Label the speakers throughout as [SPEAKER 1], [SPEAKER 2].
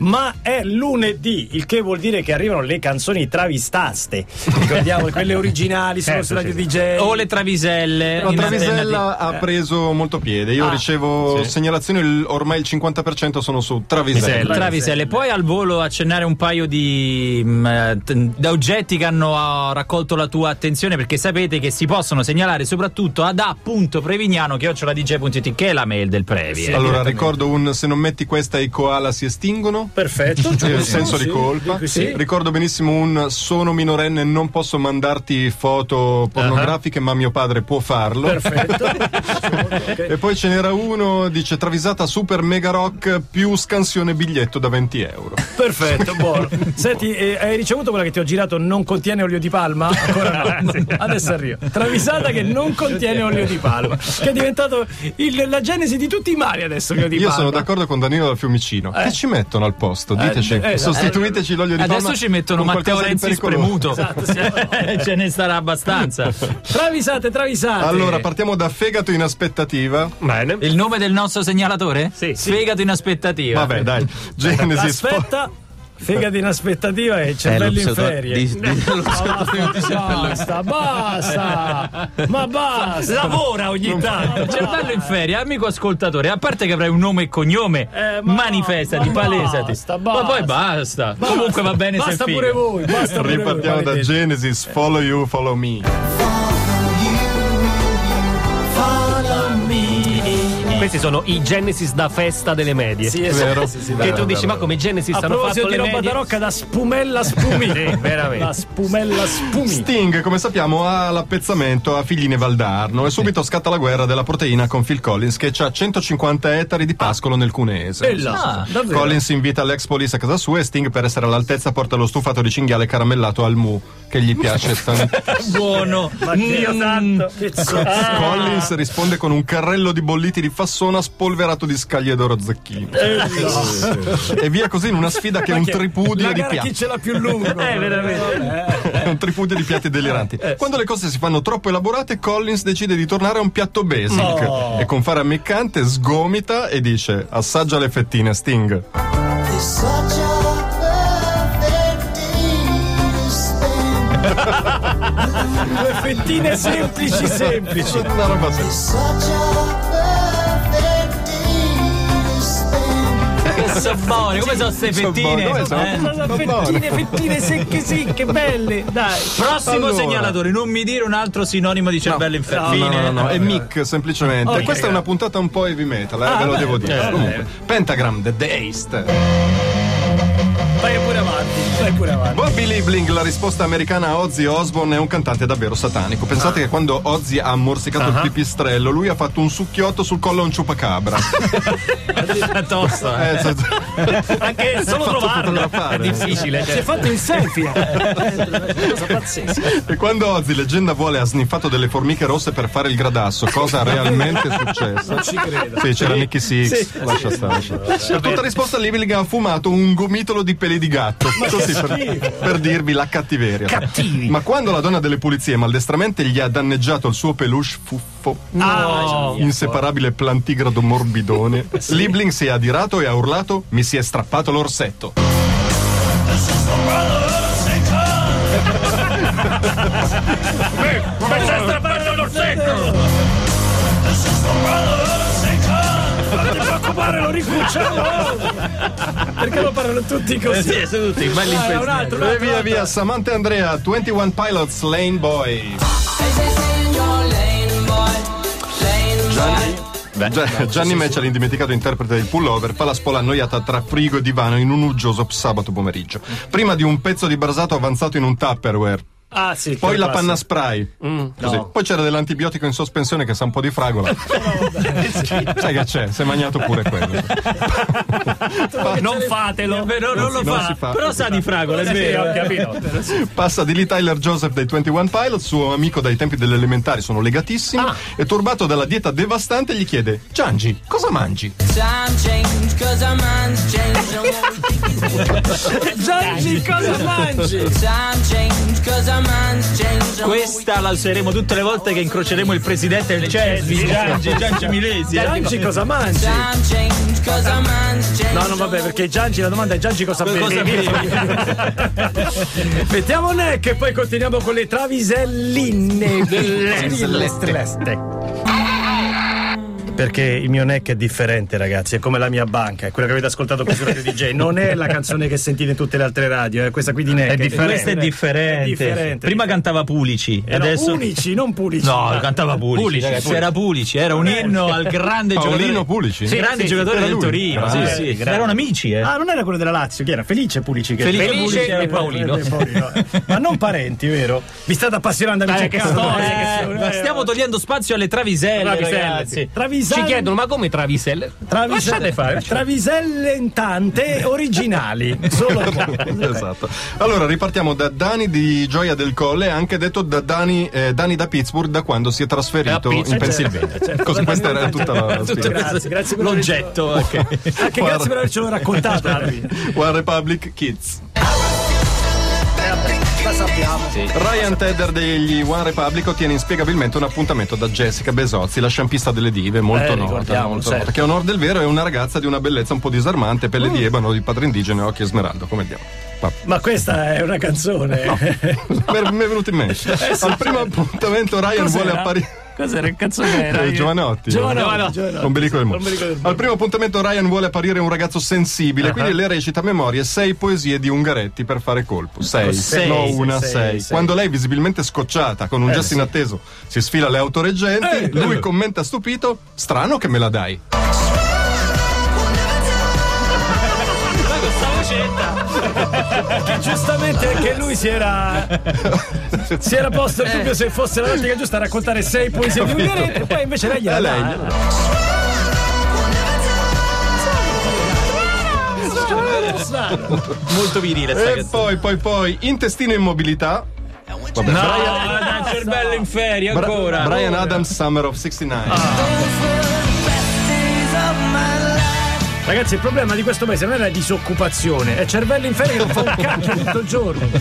[SPEAKER 1] ma è lunedì, il che vuol dire che arrivano le canzoni travistaste. Ricordiamo quelle originali sono
[SPEAKER 2] Certo,
[SPEAKER 1] sulla
[SPEAKER 2] sì.
[SPEAKER 1] DJ.
[SPEAKER 3] o le traviselle.
[SPEAKER 1] La
[SPEAKER 3] in
[SPEAKER 1] Matena
[SPEAKER 3] antenna
[SPEAKER 1] Eh, di- eh.
[SPEAKER 2] Travisella ha preso molto piede. Io
[SPEAKER 1] Ah,
[SPEAKER 2] ricevo
[SPEAKER 3] sì.
[SPEAKER 2] segnalazioni, il- ormai il 50% sono su
[SPEAKER 3] di-
[SPEAKER 2] Travisella.
[SPEAKER 3] Traviselle.
[SPEAKER 1] Traviselle.
[SPEAKER 3] Puoi al volo accennare un paio di, mh, eh, t- da oggetti che hanno ah, raccolto la tua attenzione perché sapete che si possono segnalare soprattutto ad a.prevignano che ho la dj.it che è la mail del Previ. eh.
[SPEAKER 2] Allora ricordo un se non metti questa i koala si estinguono.
[SPEAKER 1] Perfetto,
[SPEAKER 2] Sì, il
[SPEAKER 1] giusto,
[SPEAKER 2] senso
[SPEAKER 1] sì,
[SPEAKER 2] di colpa.
[SPEAKER 1] dico sì.
[SPEAKER 2] Ricordo benissimo un sono minorenne, non posso mandarti foto pornografiche, ma mio padre può farlo.
[SPEAKER 1] Perfetto. Ok.
[SPEAKER 2] E poi ce n'era uno, dice travisata super mega rock più scansione biglietto da 20 euro.
[SPEAKER 1] Perfetto, buono. Senti, eh, hai ricevuto quella che ti ho girato non contiene olio di palma? Ancora no. Adesso arrivo. Travisata che non contiene olio di palma, che è diventato il- la genesi di tutti i mali adesso olio di
[SPEAKER 2] Io
[SPEAKER 1] palma.
[SPEAKER 2] sono d'accordo con Danilo dal Fiumicino.
[SPEAKER 1] Eh.
[SPEAKER 2] Che ci mettono al posto? Diteci,
[SPEAKER 1] eh, esatto.
[SPEAKER 2] sostituiteci l'olio di palma.
[SPEAKER 3] Adesso ci mettono
[SPEAKER 2] con
[SPEAKER 3] Matteo
[SPEAKER 2] qualcosa di
[SPEAKER 3] Renzi
[SPEAKER 2] pericoloso.
[SPEAKER 3] spremuto.
[SPEAKER 1] Esatto, sì.
[SPEAKER 3] Ce ne sarà abbastanza.
[SPEAKER 1] Travisate, travisate.
[SPEAKER 2] Allora, partiamo da fegato in aspettativa.
[SPEAKER 4] Bene.
[SPEAKER 3] Il nome del nostro segnalatore?
[SPEAKER 4] Sì.
[SPEAKER 3] Fegato in aspettativa.
[SPEAKER 2] Vabbè, dai. Genesis.
[SPEAKER 1] Aspetta. Fegato in aspettativa e cervello in ferie. Basta, basta, ma basta.
[SPEAKER 3] Lavora ogni tanto. Cervello in ferie, amico ascoltatore. A parte che avrai un nome e cognome,
[SPEAKER 1] Eh, ma-
[SPEAKER 3] manifestati,
[SPEAKER 1] ma
[SPEAKER 3] palesati.
[SPEAKER 1] basta,
[SPEAKER 3] Ma poi basta. Comunque va bene
[SPEAKER 1] Basta
[SPEAKER 3] se è
[SPEAKER 1] pure
[SPEAKER 3] figo.
[SPEAKER 1] voi, basta pure
[SPEAKER 2] Ripartiamo
[SPEAKER 1] voi.
[SPEAKER 2] da
[SPEAKER 1] maledetti.
[SPEAKER 2] Genesis. Follow you, follow me.
[SPEAKER 4] Questi sono i Genesis da festa delle medie.
[SPEAKER 1] Sì, esatto,
[SPEAKER 2] Vero?
[SPEAKER 1] sì, sì,
[SPEAKER 4] che
[SPEAKER 1] vero.
[SPEAKER 4] tu
[SPEAKER 2] vero,
[SPEAKER 4] dici,
[SPEAKER 2] vero,
[SPEAKER 4] ma come Genesis
[SPEAKER 1] A
[SPEAKER 4] hanno
[SPEAKER 1] proposito
[SPEAKER 4] fatto
[SPEAKER 1] di
[SPEAKER 4] le
[SPEAKER 1] roba
[SPEAKER 4] medie?
[SPEAKER 1] da rocca da spumella spumi.
[SPEAKER 4] Sì, veramente.
[SPEAKER 1] Da spumella spumi.
[SPEAKER 2] Sting, come sappiamo, ha l'appezzamento a Figline Valdarno e subito scatta la guerra della proteina con Phil Collins che ha 150 ettari di pascolo nel Cunese.
[SPEAKER 1] Bella, Ah, davvero.
[SPEAKER 2] Collins invita l'ex police a casa sua e Sting per essere all'altezza porta lo stufato di cinghiale caramellato al mu che gli piace tantissimo.
[SPEAKER 3] Buono.
[SPEAKER 1] Ma Dio
[SPEAKER 3] Mm.
[SPEAKER 1] santo. Ah. Che zozzo.
[SPEAKER 2] Collins risponde con un carrello di bolliti di fassona spolverato di scaglie d'oro zecchino.
[SPEAKER 1] Eh,
[SPEAKER 2] e via così in una sfida che è un tripudio
[SPEAKER 1] La
[SPEAKER 2] di
[SPEAKER 1] gara
[SPEAKER 2] piatti.
[SPEAKER 1] chi ce l'ha più lungo.
[SPEAKER 4] Eh, veramente.
[SPEAKER 2] È un tripudio di piatti deliranti. Quando le cose si fanno troppo elaborate, Collins decide di tornare a un piatto basic. E con fare ammiccante sgomita e dice: Assaggia le fettine, Sting.
[SPEAKER 1] Due fettine semplici, semplici.
[SPEAKER 2] Una roba semplice.
[SPEAKER 3] Che sapore, come sono queste
[SPEAKER 2] Sono buone.
[SPEAKER 3] fettine?
[SPEAKER 2] Dove sono?
[SPEAKER 3] Eh.
[SPEAKER 1] Ma
[SPEAKER 2] Ma
[SPEAKER 1] Fettine,
[SPEAKER 2] buone.
[SPEAKER 1] fettine secche, secche, belle. Dai.
[SPEAKER 3] Prossimo
[SPEAKER 2] Allora.
[SPEAKER 3] segnalatore, non mi dire un altro sinonimo di cervello in
[SPEAKER 2] Ah, No,
[SPEAKER 3] ferie.
[SPEAKER 2] no, no, eh. no, no, è
[SPEAKER 3] Fine.
[SPEAKER 2] Mick semplicemente.
[SPEAKER 1] Ok,
[SPEAKER 2] Questa è una puntata un po' heavy metal, eh, ve lo devo dire. Comunque, Pentagram, The Deist.
[SPEAKER 1] Vai pure avanti, vai pure avanti.
[SPEAKER 2] Bobby Liebling, la risposta americana a Ozzy Osbourne è un cantante davvero satanico. Pensate che quando Ozzy ha morsicato il pipistrello, lui ha fatto un succhiotto sul collo a un ciupacabra.
[SPEAKER 3] Tosta.
[SPEAKER 2] Eh, cioè,
[SPEAKER 4] Anche solo
[SPEAKER 2] fatto
[SPEAKER 4] trovarlo
[SPEAKER 2] fotografare.
[SPEAKER 4] è difficile.
[SPEAKER 1] Si è
[SPEAKER 4] cioè.
[SPEAKER 1] fatto il selfie. Una cosa pazzesca.
[SPEAKER 2] e quando Ozzy, leggenda vuole, ha sniffato delle formiche rosse per fare il gradasso, cosa realmente successa? Non ci credo. Sì, c'era Nicky Six. Lascia stare. lascia stare. Per tutta risposta, Liebling ha fumato un gomitolo di peli di gatto. Così per, per dirvi la cattiveria. Cattivi. Ma quando la donna delle pulizie maldestramente gli ha danneggiato il suo peluche fuffo,
[SPEAKER 4] Ah,
[SPEAKER 2] inseparabile plantigrado morbidone, Liebling si è adirato e ha urlato: Mi si è strappato l'orsetto.
[SPEAKER 4] Ma c'è strappato l'orsetto!
[SPEAKER 1] preoccupare, lo ricucciamo! Perché lo parlano tutti così?
[SPEAKER 3] Sì,
[SPEAKER 4] Eh
[SPEAKER 3] sono tutti belli
[SPEAKER 1] Dai,
[SPEAKER 3] in
[SPEAKER 1] Ah, un altro, un
[SPEAKER 2] E
[SPEAKER 1] altro,
[SPEAKER 2] via via, Samantha e Andrea, 21 Pilots Lane Boy. Gianni, Gia- Gianni Meccia, l'indimenticato interprete del pullover, fa la spola annoiata tra frigo e divano in un uggioso sabato pomeriggio. Prima di un pezzo di brasato avanzato in un Tupperware.
[SPEAKER 1] Ah, sì.
[SPEAKER 2] Poi
[SPEAKER 1] che
[SPEAKER 2] la
[SPEAKER 1] passa.
[SPEAKER 2] panna spray. Così. Poi c'era dell'antibiotico in sospensione che sa un po' di fragola. Sai che c'è, si è mangiato pure quello.
[SPEAKER 4] Non fatelo!
[SPEAKER 3] Però non lo
[SPEAKER 2] Non
[SPEAKER 3] fa.
[SPEAKER 2] si fa.
[SPEAKER 3] Però sa di fragola, è
[SPEAKER 1] Sì, ho
[SPEAKER 3] vero.
[SPEAKER 1] capito.
[SPEAKER 2] Passa di lì Tyler Joseph dai 21 Pilots, suo amico dai tempi delle elementari, sono legatissimi. E turbato dalla dieta devastante, gli chiede: Giangi, cosa mangi?
[SPEAKER 1] Gianni, cosa mangi?
[SPEAKER 5] Time change, cause our minds change.
[SPEAKER 3] Questa la useremo tutte le volte che incroceremo il presidente del Chelsea, Giangi, Giangi Milesi. eh,
[SPEAKER 1] Gianni, cosa mangi?
[SPEAKER 5] Time change, cause our minds change.
[SPEAKER 1] No, no, vabbè, perché Giangi, la domanda è Giangi cosa
[SPEAKER 3] Cosa
[SPEAKER 1] bevi? Mettiamo neck e poi continuiamo con le traviselline delle Perché il mio neck è differente, ragazzi, è come la mia banca, è quella che avete ascoltato qui su Radio DJ. Non è la canzone che sentite in tutte le altre radio, è questa qui di neck.
[SPEAKER 3] Questa è differente.
[SPEAKER 1] È differente.
[SPEAKER 3] Prima cantava Pulici.
[SPEAKER 1] Era
[SPEAKER 3] adesso...
[SPEAKER 1] Unici, non Pulici.
[SPEAKER 3] No, cantava Pulici.
[SPEAKER 4] Pulici,
[SPEAKER 3] ragazzi,
[SPEAKER 4] Pulici.
[SPEAKER 3] Era Pulici, era un inno al grande
[SPEAKER 2] Paolino
[SPEAKER 3] giocatore.
[SPEAKER 2] Pulici?
[SPEAKER 3] Sì, grande
[SPEAKER 4] sì,
[SPEAKER 3] giocatore
[SPEAKER 2] era
[SPEAKER 3] del
[SPEAKER 2] lui.
[SPEAKER 3] Torino.
[SPEAKER 2] Grande,
[SPEAKER 3] sì, sì.
[SPEAKER 4] grande.
[SPEAKER 3] Erano amici, eh.
[SPEAKER 1] Ah, non era quello della Lazio, chi era? Felice Pulici. Che
[SPEAKER 3] Felice
[SPEAKER 1] Felice
[SPEAKER 3] Pulici
[SPEAKER 1] era-
[SPEAKER 3] e Paolino.
[SPEAKER 1] e eh. Ma non parenti, vero? Vi state appassionando a
[SPEAKER 4] Eh, che storia,
[SPEAKER 3] Eh, ma stiamo togliendo spazio alle traviselle,
[SPEAKER 4] Traviselle,
[SPEAKER 3] ragazzi.
[SPEAKER 1] Traviselle,
[SPEAKER 4] Ci chiedono, ma come Traviselle?
[SPEAKER 1] traviselle, traviselle in tante originali. Solo
[SPEAKER 2] esatto. Allora ripartiamo da Dani di Gioia del Colle, anche detto da Dani, eh, Dani da Pittsburgh da quando si è trasferito
[SPEAKER 4] Da Pittsburgh,
[SPEAKER 2] in Pennsylvania.
[SPEAKER 1] certo.
[SPEAKER 2] Così questa era tutta la spiegazione.
[SPEAKER 1] Grazie, grazie per
[SPEAKER 3] L'oggetto. ok.
[SPEAKER 1] Anche grazie per avercelo raccontato. Albi.
[SPEAKER 2] One Republic Kids. Ryan Tedder degli One Republic ottiene inspiegabilmente un appuntamento da Jessica Besozzi, la sciampista delle dive, molto
[SPEAKER 1] Eh,
[SPEAKER 2] nota,
[SPEAKER 1] ricordiamolo,
[SPEAKER 2] molto
[SPEAKER 1] certo. Mm.
[SPEAKER 2] nota, che a onor del vero è una ragazza di una bellezza un po' disarmante, pelle di ebano, di padre indigeno e occhi smeraldo, come diavolo. Va-
[SPEAKER 1] Ma questa è una canzone.
[SPEAKER 2] Mi mi è venuto in mente. Al primo appuntamento
[SPEAKER 1] Eh,
[SPEAKER 2] Ryan vuole
[SPEAKER 1] Cos'era?
[SPEAKER 2] apparire...
[SPEAKER 1] Cos'era che canzone era?
[SPEAKER 2] Eh, Giovanotti.
[SPEAKER 1] Giovanotti,
[SPEAKER 4] Giovanotti.
[SPEAKER 1] Giovanotti.
[SPEAKER 2] Ombelico del mondo.
[SPEAKER 1] Ombelico del mondo.
[SPEAKER 2] Al primo appuntamento Ryan vuole apparire un ragazzo sensibile, quindi le recita a memoria sei poesie di Ungaretti per fare colpo. Sei,
[SPEAKER 3] Sei,
[SPEAKER 2] no
[SPEAKER 3] sei,
[SPEAKER 2] una,
[SPEAKER 1] sei,
[SPEAKER 2] sei.
[SPEAKER 1] sei.
[SPEAKER 2] Quando lei, visibilmente scocciata, con un gesto inatteso, si sfila le autoreggenti, lui commenta stupito, strano che me la dai.
[SPEAKER 1] Che giustamente anche lui si era si era posto il dubbio se fosse la tattica giusta a raccontare sei poesie di Ungaretti e poi invece lei gliela
[SPEAKER 2] Eh,
[SPEAKER 1] dà,
[SPEAKER 2] lei
[SPEAKER 1] eh.
[SPEAKER 2] gliela
[SPEAKER 3] Molto virile sta
[SPEAKER 2] E
[SPEAKER 3] canzone.
[SPEAKER 2] poi, poi, poi, intestino in mobilità. Vabbè.
[SPEAKER 3] No, ah, dai, il cervello in ferie
[SPEAKER 2] Bra-
[SPEAKER 3] ancora.
[SPEAKER 2] Brian Adams, Summer of 69.
[SPEAKER 1] Ragazzi, il problema di questo paese non è la disoccupazione, è cervello in ferie che non fa un cacchio tutto il giorno. Eh,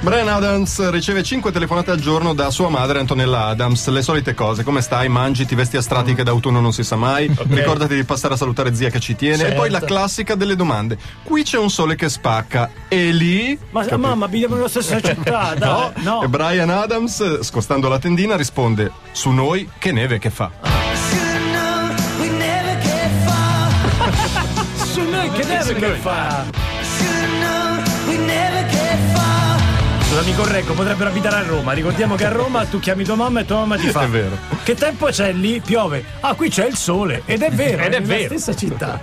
[SPEAKER 2] Brian Adams riceve 5 telefonate al giorno da sua madre Antonella Adams, le solite cose, come stai, mangi, ti vesti a strati che d'autunno non si sa mai, ricordati di passare a salutare zia che ci tiene e poi
[SPEAKER 1] Certo.
[SPEAKER 2] la classica delle domande. Qui c'è un sole che spacca e lì
[SPEAKER 1] Ma mamma, abitiamo nella stessa città, dai. No,
[SPEAKER 2] e Brian Adams, scostando la tendina, risponde su noi che neve che fa.
[SPEAKER 1] Ah, su noi che deve che fa? Scusa, mi correggo, potrebbero abitare a Roma. Ricordiamo che a Roma tu chiami tua mamma e tua mamma ti fa.
[SPEAKER 2] È vero.
[SPEAKER 1] Che tempo c'è lì? Piove. Ah, qui c'è il sole. Ed è vero.
[SPEAKER 4] Ed è
[SPEAKER 1] nella
[SPEAKER 4] vero.
[SPEAKER 1] stessa città.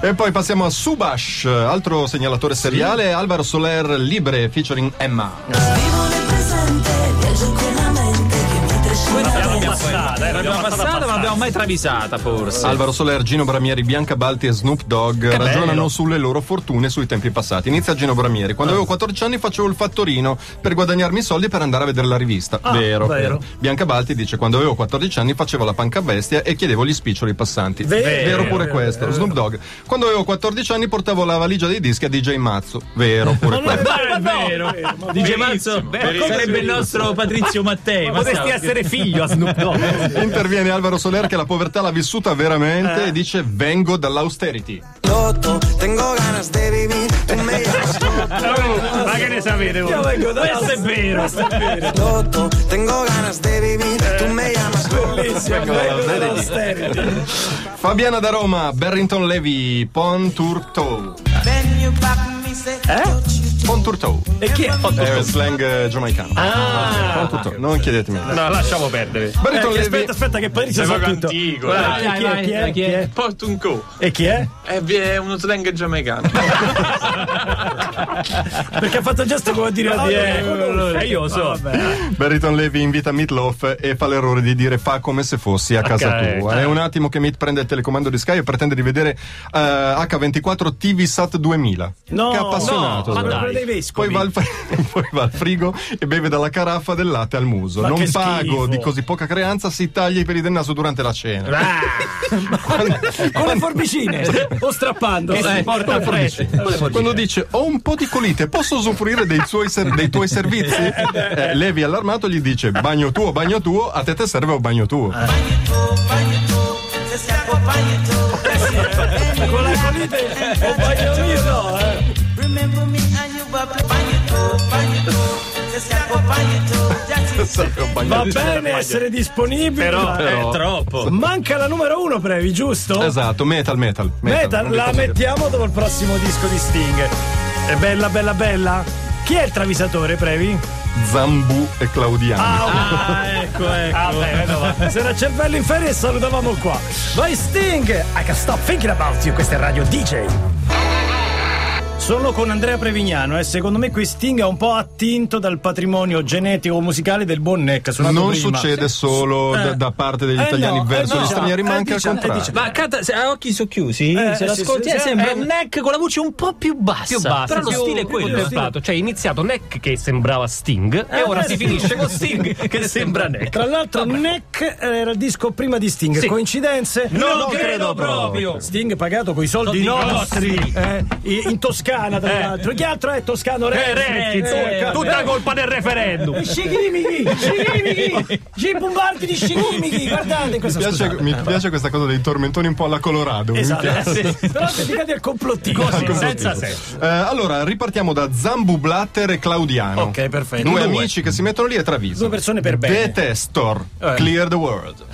[SPEAKER 2] E poi passiamo a Subash, altro segnalatore seriale, Alvaro Soler Libre featuring Emma.
[SPEAKER 6] Vivo nel presente, viaggio qui la mente che mi trascina
[SPEAKER 1] Passata, era
[SPEAKER 3] L'abbiamo passata, ma l'abbiamo mai travisata, forse.
[SPEAKER 2] Alvaro Soler, Gino Bramieri, Bianca Balti e Snoop Dogg ragionano sulle loro fortune e sui tempi passati. Inizia Gino Bramieri. Quando
[SPEAKER 1] Ah.
[SPEAKER 2] avevo 14 anni facevo il fattorino per guadagnarmi i soldi per andare a vedere la rivista. vero,
[SPEAKER 1] Ah, vero.
[SPEAKER 2] Bianca Balti dice: Quando avevo 14 anni facevo la panca bestia e chiedevo gli spiccioli ai passanti.
[SPEAKER 1] Vero.
[SPEAKER 2] pure
[SPEAKER 1] Vero,
[SPEAKER 2] questo. Snoop Dogg. Quando avevo 14 anni portavo la valigia dei dischi a DJ Mazzo. Vero pure questo.
[SPEAKER 3] è vero. DJ Mazzo sarebbe il nostro Patrizio Mattei. Ma
[SPEAKER 4] Potresti
[SPEAKER 3] sa-
[SPEAKER 4] essere figlio a Snoop Dogg.
[SPEAKER 2] Interviene Alvaro Soler che la povertà l'ha vissuta veramente
[SPEAKER 1] Eh.
[SPEAKER 2] e dice: Vengo dall'austerity.
[SPEAKER 7] Loto, tengo ganas de vivir, tú me llamas
[SPEAKER 4] Ma che ne sapete voi?
[SPEAKER 1] Questo è vero.
[SPEAKER 7] Loto, tengo ganas de vivir, tú me llamas
[SPEAKER 1] Bellissimo.
[SPEAKER 2] Vengo
[SPEAKER 1] vengo
[SPEAKER 2] dalla
[SPEAKER 1] dall'austerity.
[SPEAKER 2] Fabiana da Roma, Barrington Levy, Ponturto.
[SPEAKER 5] Then you pop me, say,
[SPEAKER 1] Eh?
[SPEAKER 2] Ponturto.
[SPEAKER 1] E chi è? Ah.
[SPEAKER 2] È un slang eh, giamaicano. Ponturto, non chiedetemi.
[SPEAKER 4] No, lasciamo perdere.
[SPEAKER 2] Barrington
[SPEAKER 1] Eh,
[SPEAKER 2] Levy.
[SPEAKER 1] aspetta, aspetta, che Patrizio sa
[SPEAKER 8] proprio
[SPEAKER 1] tutto.
[SPEAKER 8] antico,
[SPEAKER 1] Guarda,
[SPEAKER 3] dai.
[SPEAKER 1] chi è,
[SPEAKER 3] Vai,
[SPEAKER 1] chi è,
[SPEAKER 3] vai,
[SPEAKER 1] chi è?
[SPEAKER 8] Portum Co.
[SPEAKER 1] E chi è?
[SPEAKER 8] È vi- è uno slang giamaicano.
[SPEAKER 1] Perché ha fatto il gesto come a dire "Ah, eh,
[SPEAKER 4] E io lo so.
[SPEAKER 2] Barrington Levy invita Meatloaf e fa l'errore di dire fa come se fossi a casa
[SPEAKER 4] Ok.
[SPEAKER 2] tua. È un attimo che Meat prende il telecomando di Sky e pretende di vedere eh, H24 TV Sat 2000.
[SPEAKER 1] No,
[SPEAKER 2] che è appassionato.
[SPEAKER 1] no, ma
[SPEAKER 2] però.
[SPEAKER 1] dai. Quello dei vescovi.
[SPEAKER 2] Poi va, al fri- poi va al frigo e beve dalla caraffa del latte al muso.
[SPEAKER 1] Ma
[SPEAKER 2] non
[SPEAKER 1] che
[SPEAKER 2] pago
[SPEAKER 1] schifo.
[SPEAKER 2] di così poca creanza, si taglia i peli del naso durante la cena. Quando-
[SPEAKER 1] Con le forbicine o strappando. eh.
[SPEAKER 3] Che si porta fresco.
[SPEAKER 2] Quando dice ho un po' di colite, posso usufruire dei, suoi ser- dei tuoi servizi? Eh, Levi allarmato gli dice bagno tuo, bagno tuo, a te te serve o bagno tuo.
[SPEAKER 1] Ah. Con la colite o bagno io no, eh.
[SPEAKER 5] Remember me and you were playing your toe, find your toe. Just step up on your toe, just you
[SPEAKER 2] Serve o bagno
[SPEAKER 1] Va
[SPEAKER 2] tuo.
[SPEAKER 1] bene essere disponibili. ma-
[SPEAKER 2] Però-
[SPEAKER 3] Troppo.
[SPEAKER 1] Manca la numero uno, Previ, giusto?
[SPEAKER 2] Esatto, metal, metal.
[SPEAKER 1] Metal,
[SPEAKER 2] non
[SPEAKER 1] la
[SPEAKER 2] dico-
[SPEAKER 1] mettiamo dopo il prossimo disco di Sting. È bella, bella, bella. Chi è il travisatore, Previ?
[SPEAKER 2] Zambu e Claudiano.
[SPEAKER 1] Ah, ecco, ecco. Se era cervello in ferie, salutavamo qua. Vai Sting, I can stop thinking about you. Questa è Radio DJ. Sono con Andrea Prevignano e secondo me qui Sting è un po' attinto dal patrimonio genetico musicale del buon Neck. suonato
[SPEAKER 2] non
[SPEAKER 1] prima.
[SPEAKER 2] succede solo
[SPEAKER 1] Eh.
[SPEAKER 2] da, da parte degli
[SPEAKER 1] Eh
[SPEAKER 2] italiani
[SPEAKER 1] no, eh
[SPEAKER 2] verso
[SPEAKER 1] no.
[SPEAKER 2] gli stranieri, ma
[SPEAKER 1] Eh,
[SPEAKER 2] anche al
[SPEAKER 1] diciamo, eh,
[SPEAKER 2] contrario.
[SPEAKER 1] diciamo.
[SPEAKER 3] Ma canta, se ha occhi socchiusi,
[SPEAKER 1] Eh,
[SPEAKER 3] se
[SPEAKER 1] sì,
[SPEAKER 3] l'ascolti,
[SPEAKER 1] sì,
[SPEAKER 3] eh,
[SPEAKER 1] sì,
[SPEAKER 3] sembra
[SPEAKER 1] eh,
[SPEAKER 3] un neck con la voce un po' più bassa.
[SPEAKER 4] più bassa,
[SPEAKER 3] Però lo
[SPEAKER 4] più-
[SPEAKER 3] stile è
[SPEAKER 4] più
[SPEAKER 3] quello.
[SPEAKER 4] contemplato. Cioè, è iniziato Neck che sembrava Sting, e
[SPEAKER 1] Eh,
[SPEAKER 4] ora
[SPEAKER 1] beh, sì.
[SPEAKER 4] si finisce con Sting che sembra Neck.
[SPEAKER 1] Tra l'altro, Neck era il disco prima di Sting.
[SPEAKER 4] Sì.
[SPEAKER 1] Coincidenze?
[SPEAKER 4] Non credo proprio.
[SPEAKER 1] Sting pagato coi soldi
[SPEAKER 4] Soldi
[SPEAKER 1] nostri,
[SPEAKER 4] nostri.
[SPEAKER 1] eh, i- in Toscana, tra l'altro. Chi altro è toscano?
[SPEAKER 4] Eh, Renzi,
[SPEAKER 1] eh,
[SPEAKER 4] insomma, tutta colpa del referendum.
[SPEAKER 3] Eh,
[SPEAKER 1] Scigimighi, Scigimighi, Jim Bombardi di Scigimighi, guardate
[SPEAKER 2] Mi
[SPEAKER 1] questa
[SPEAKER 2] piace,
[SPEAKER 1] scusate. eh,
[SPEAKER 2] mi piace questa cosa dei tormentoni un po' alla Colorado. mi
[SPEAKER 1] Esatto,
[SPEAKER 2] piace.
[SPEAKER 1] eh, sì. però dedicati al complottino.
[SPEAKER 4] Così,
[SPEAKER 1] Al complottino.
[SPEAKER 4] senza senso.
[SPEAKER 2] Eh, allora, ripartiamo da Zambu Blatter e Claudiano.
[SPEAKER 1] Ok, perfetto.
[SPEAKER 2] Due,
[SPEAKER 1] Due.
[SPEAKER 2] amici che si mettono lì e
[SPEAKER 1] Due
[SPEAKER 2] travisano.
[SPEAKER 1] persone per bene. Eh.
[SPEAKER 2] Detestor, Clear the World.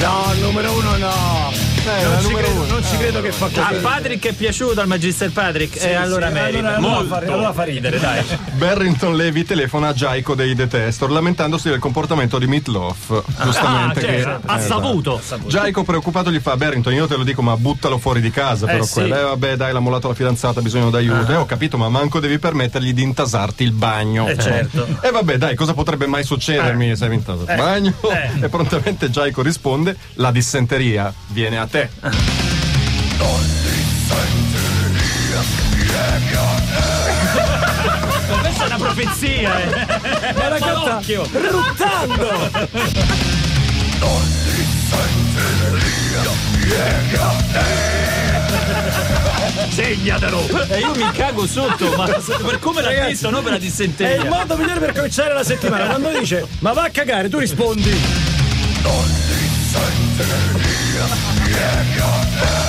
[SPEAKER 1] No, numero uno no.
[SPEAKER 2] Eh,
[SPEAKER 1] Non
[SPEAKER 2] la
[SPEAKER 1] ci
[SPEAKER 2] numero
[SPEAKER 1] credo,
[SPEAKER 2] uno.
[SPEAKER 1] non ci credo che fa così.
[SPEAKER 3] A Patrick è piaciuto al Magister Patrick, e eh, allora
[SPEAKER 1] Sì,
[SPEAKER 3] merita.
[SPEAKER 1] allora, allora fa, allora fa ridere, dai.
[SPEAKER 2] Barrington Levy telefona a Jaico dei Detestor lamentandosi del comportamento di Meatloaf.
[SPEAKER 4] Ah,
[SPEAKER 2] Giustamente.
[SPEAKER 4] cioè,
[SPEAKER 2] che-
[SPEAKER 1] certo.
[SPEAKER 4] ha
[SPEAKER 2] eh,
[SPEAKER 4] saputo.
[SPEAKER 2] Giaico preoccupato gli fa Barrington io te lo dico ma buttalo fuori di casa però
[SPEAKER 1] sì.
[SPEAKER 2] quello eh vabbè dai l'ha mollato la fidanzata ha bisogno d'aiuto eh ho capito ma manco devi permettergli di intasarti il bagno eh
[SPEAKER 1] certo.
[SPEAKER 2] e vabbè dai cosa potrebbe mai succedermi se mi intaso il bagno e prontamente Giaico risponde la dissenteria viene a te
[SPEAKER 4] Questa è una profezia, eh.
[SPEAKER 1] Era
[SPEAKER 4] Occhio.
[SPEAKER 1] ruttando.
[SPEAKER 4] Segnatelo.
[SPEAKER 3] E Eh, io mi cago sotto, ma per come l'ha visto un'opera di
[SPEAKER 1] È il
[SPEAKER 3] sentenza.
[SPEAKER 1] modo migliore per cominciare la settimana. Quando dice ma va a cagare, tu rispondi.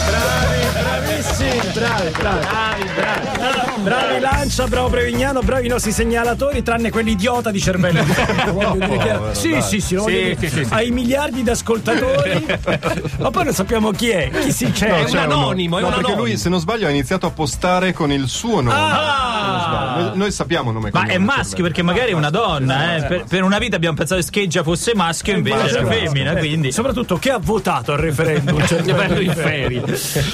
[SPEAKER 1] Bravi, bravissimi, bravi, bravi. Bravi Lancia, bravo Prevignano, bravi i nostri segnalatori, tranne quell'idiota di cervello. Voglio dire chiaro. sì, sì, sì, lo voglio dire. ai miliardi di ascoltatori, ma poi non sappiamo chi è, chi si c'è.
[SPEAKER 2] No,
[SPEAKER 4] un
[SPEAKER 2] c'è uno.
[SPEAKER 4] anonimo, è
[SPEAKER 2] No,
[SPEAKER 4] un
[SPEAKER 2] perché
[SPEAKER 4] anonimo.
[SPEAKER 2] lui se non sbaglio ha iniziato a postare con il suo nome Se non sbaglio. noi, noi sappiamo il nome e
[SPEAKER 3] Ma è
[SPEAKER 2] cognome,
[SPEAKER 3] maschio
[SPEAKER 2] cervello.
[SPEAKER 3] perché magari è una donna, eh. Per, per una vita abbiamo pensato che Scheggia fosse maschio, invece era femmina,
[SPEAKER 1] Eh,
[SPEAKER 3] quindi.
[SPEAKER 1] Soprattutto chi ha votato al referendum? Cioè,
[SPEAKER 4] Bello in ferie.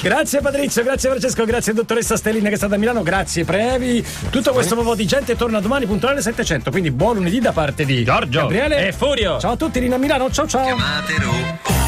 [SPEAKER 1] grazie Patrizio, grazie Francesco, grazie dottoressa Stellina che è stata a Milano, grazie Previ. Tutto questo popolo di gente torna domani puntuale alle 700, quindi buon lunedì da parte di
[SPEAKER 4] Giorgio
[SPEAKER 1] Gabriele
[SPEAKER 4] e Furio.
[SPEAKER 1] Ciao a tutti, Rina Milano, ciao ciao.
[SPEAKER 7] Matero.